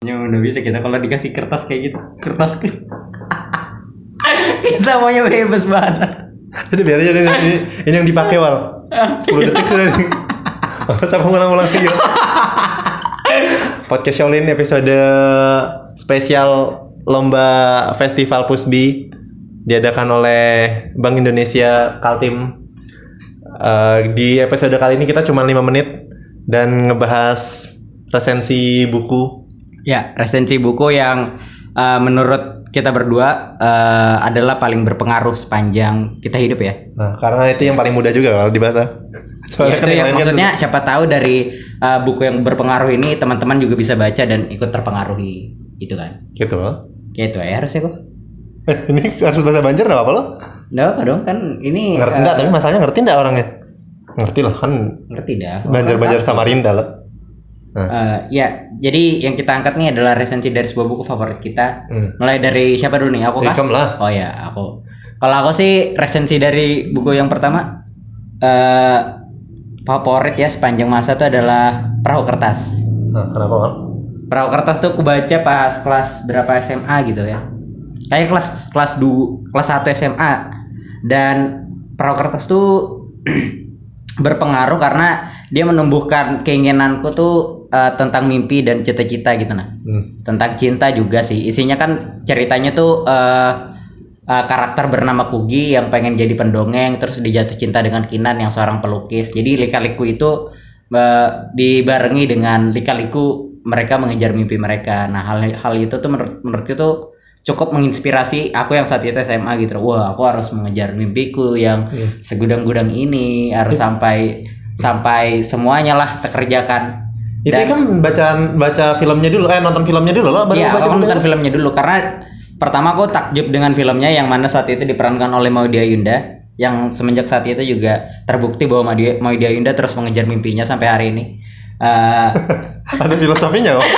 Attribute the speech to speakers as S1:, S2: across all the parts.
S1: Ya udah bisa kita kalau dikasih kertas kayak gitu. Kertas ke.
S2: Kita maunya bebas banget.
S3: Jadi biar aja deh, ini, ini yang dipakai wal. 10 detik sudah nih. Masa aku ulang-ulang video. Podcast Shaolin episode spesial lomba festival Pusbi diadakan oleh Bank Indonesia Kaltim. Eh, di episode kali ini kita cuma 5 menit dan ngebahas resensi buku
S2: Ya, resensi buku yang eh, menurut kita berdua eh, adalah paling berpengaruh sepanjang kita hidup ya.
S3: Nah, karena itu yang paling mudah juga kalau dibahas.
S2: Ya,
S3: kan
S2: itu yang
S3: lain kan
S2: maksudnya siapa tahu dari eh, buku yang berpengaruh ini teman-teman juga bisa baca dan ikut terpengaruhi gitu kan.
S3: susah. gitu.
S2: Kayak itu ya harusnya kok.
S3: Eh, ini harus bahasa Banjar enggak apa-apa lo?
S2: Nggak apa dong kan ini
S3: Ngerti
S2: eh,
S3: enggak, tapi masalahnya ngerti enggak orangnya? Ngerti lah kan
S2: ngerti dah.
S3: Banjar-Banjar Samarinda lo.
S2: Eh, ya, jadi yang kita angkat nih adalah resensi dari sebuah buku favorit kita.
S3: Hmm.
S2: Mulai dari siapa dulu nih? Aku kah?
S3: Ikam lah.
S2: Oh ya, aku. Kalau aku sih resensi dari buku yang pertama eh favorit ya sepanjang masa itu adalah Perahu Kertas.
S3: Nah, kenapa Wal?
S2: Perahu Kertas tuh aku baca pas kelas berapa SMA gitu ya. Kayak kelas kelas 2, kelas 1 SMA. Dan Perahu Kertas tuh berpengaruh karena dia menumbuhkan keinginanku tuh eh, tentang mimpi dan cita-cita gitu nah
S3: Hmm.
S2: tentang cinta juga sih isinya kan ceritanya tuh eh, eh, karakter bernama Kugi yang pengen jadi pendongeng terus dijatuh cinta dengan Kinan yang seorang pelukis jadi lika-liku itu eh, dibarengi dengan lika-liku mereka mengejar mimpi mereka nah hal hal itu tuh menurut menurutku tuh cukup menginspirasi aku yang saat itu SMA gitu wah aku harus mengejar mimpiku yang segudang-gudang ini harus sampai sampai semuanya lah terkerjakan
S3: Itu
S2: Dan-
S3: kan bacaan baca filmnya dulu, eh nonton filmnya dulu lo baru
S2: Iya,
S3: baca
S2: aku
S3: bukunya.
S2: nonton filmnya dulu karena pertama aku takjub dengan filmnya yang mana saat itu diperankan oleh Maudy Ayunda yang semenjak saat itu juga terbukti bahwa Maudy, Maudy Ayunda terus mengejar mimpinya sampai hari ini. Eh,
S3: Ada filosofinya kok.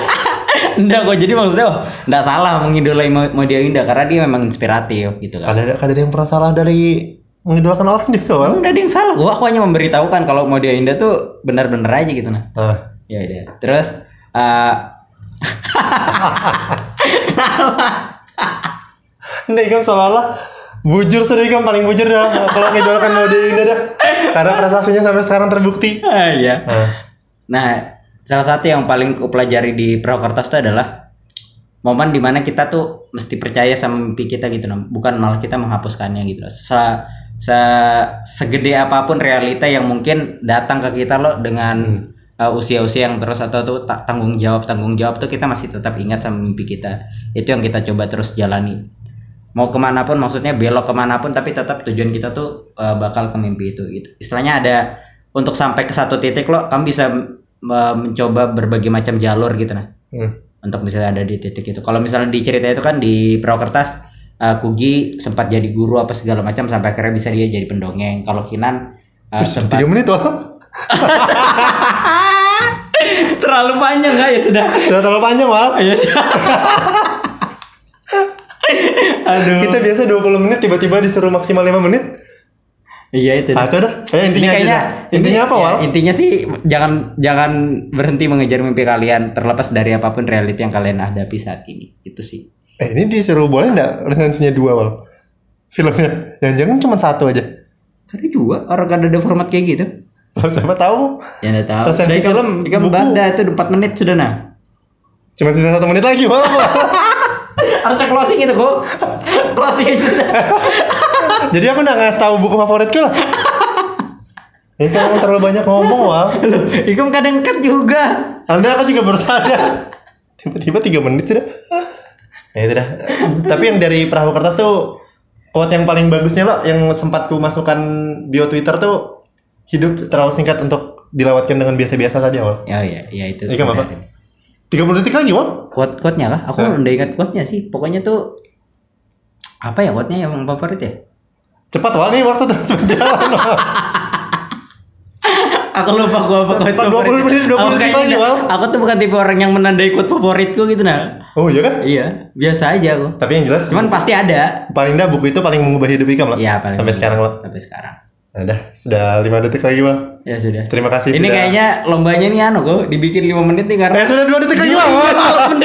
S2: enggak kok jadi maksudnya oh, enggak salah mengidolai Mau- Maudy Ayunda karena dia memang inspiratif gitu kan.
S3: Kada ada kada ada yang pernah salah dari mengidolakan orang juga Wal.
S2: Enggak ada yang salah gua, aku hanya memberitahukan kalau Maudy Ayunda tuh benar-benar aja gitu nah.
S3: Nah,
S2: Ya udah. Terus eh
S3: Anda Ikam seolah-olah bujur sudah Ikam paling bujur dah kalau mengidolakan Maude Yunda dah. Karena prestasinya sampai sekarang terbukti.
S2: ah, ya.
S3: Nah,
S2: Nah, salah satu yang paling ku pelajari di perahu kertas itu adalah momen dimana kita tuh mesti percaya sama mimpi kita gitu loh, bukan malah kita menghapuskannya gitu loh. Se, se- segede apapun realita yang mungkin datang ke kita loh dengan uh, usia-usia yang terus atau tuh ta- tanggung jawab tanggung jawab tuh kita masih tetap ingat sama mimpi kita. Itu yang kita coba terus jalani. Mau kemana pun maksudnya belok kemana pun tapi tetap tujuan kita tuh uh, bakal ke mimpi itu. Itu istilahnya ada untuk sampai ke satu titik lo kamu bisa eh, mencoba berbagai macam jalur gitu nah
S3: hmm.
S2: untuk misalnya ada di titik itu kalau misalnya di cerita itu kan di perahu kertas eh, Kugi sempat jadi guru apa segala macam sampai akhirnya bisa dia jadi pendongeng kalau Kinan eh, sempat
S3: Tiga menit Wal.
S2: terlalu panjang nggak ya sudah
S3: Sudah terlalu panjang Wal.
S2: Iya. aduh
S3: Kita biasa 20 menit tiba-tiba disuruh maksimal 5 menit.
S2: iya itu dah.
S3: Kacau dah. Eh,
S2: Ini
S3: intinya aja
S2: kayaknya
S3: dah. Intinya
S2: ini-
S3: apa
S2: ya,
S3: Wal?
S2: intinya sih jangan jangan berhenti mengejar mimpi kalian terlepas dari apapun realita yang kalian hadapi saat ini itu sih
S3: Eh, ini disuruh boleh nggak resensinya dua Wal? Filmnya. Jangan-jangan cuma satu aja.
S2: karena juga orang kan ada format kayak gitu
S3: Lo siapa tahu?
S2: Ya udah tahu.
S3: Resensi
S2: Udah, Ikam-
S3: film,
S2: Ikam
S3: buku.
S2: bahas dah itu udah 4 menit sudah nah.
S3: Cuma sisa satu menit lagi Wal.
S2: Harusnya closing itu kok. closing aja sudah.
S3: Jadi aku nggak ngasih tahu buku favoritku lah. Ini kamu terlalu banyak ngomong Wal.
S2: Loh, Ikam kadang cut juga.
S3: Anda aku juga baru sadar. Tiba-tiba tiga menit sudah. Ya itu dah. Tapi yang dari perahu kertas tuh quote yang paling bagusnya loh yang sempat ku masukkan bio Twitter tuh hidup terlalu singkat untuk dilewatkan dengan biasa-biasa saja, Wal.
S2: Ya ya, ya itu.
S3: Ikam apa? 30 detik lagi, Wal.
S2: Quote-quote-nya lah. Aku udah ingat quote-nya sih. Pokoknya tuh apa ya quote-nya yang favorit ya?
S3: Cepat, Wal. Nih waktu terus berjalan, Wal.
S2: Aku lupa gua apa quote
S3: 20
S2: favorit.
S3: menit, 20
S2: Aku
S3: detik
S2: kayaknya
S3: lagi,
S2: nggak-
S3: Wal.
S2: Aku tuh bukan tipe orang yang menandai quote favoritku gitu nah.
S3: Oh, iya kan?
S2: Iya, biasa aja aku.
S3: Tapi yang jelas,
S2: Cuman pasti ada.
S3: paling dah buku itu paling mengubah hidup Ikam, lah.
S2: Iya, paling
S3: Sampai sekarang, Wal.
S2: Sampai sekarang.
S3: Nah, dah. Sudah 5 detik lagi, Wal.
S2: Ya sudah.
S3: Terima
S2: Ini
S3: kasih sudah.
S2: kayaknya lombanya nih anu kok dibikin 5 menit nih karena
S3: Eh, sudah 2 detik lagi, Wal.
S2: Iya,
S3: Wal.
S2: bener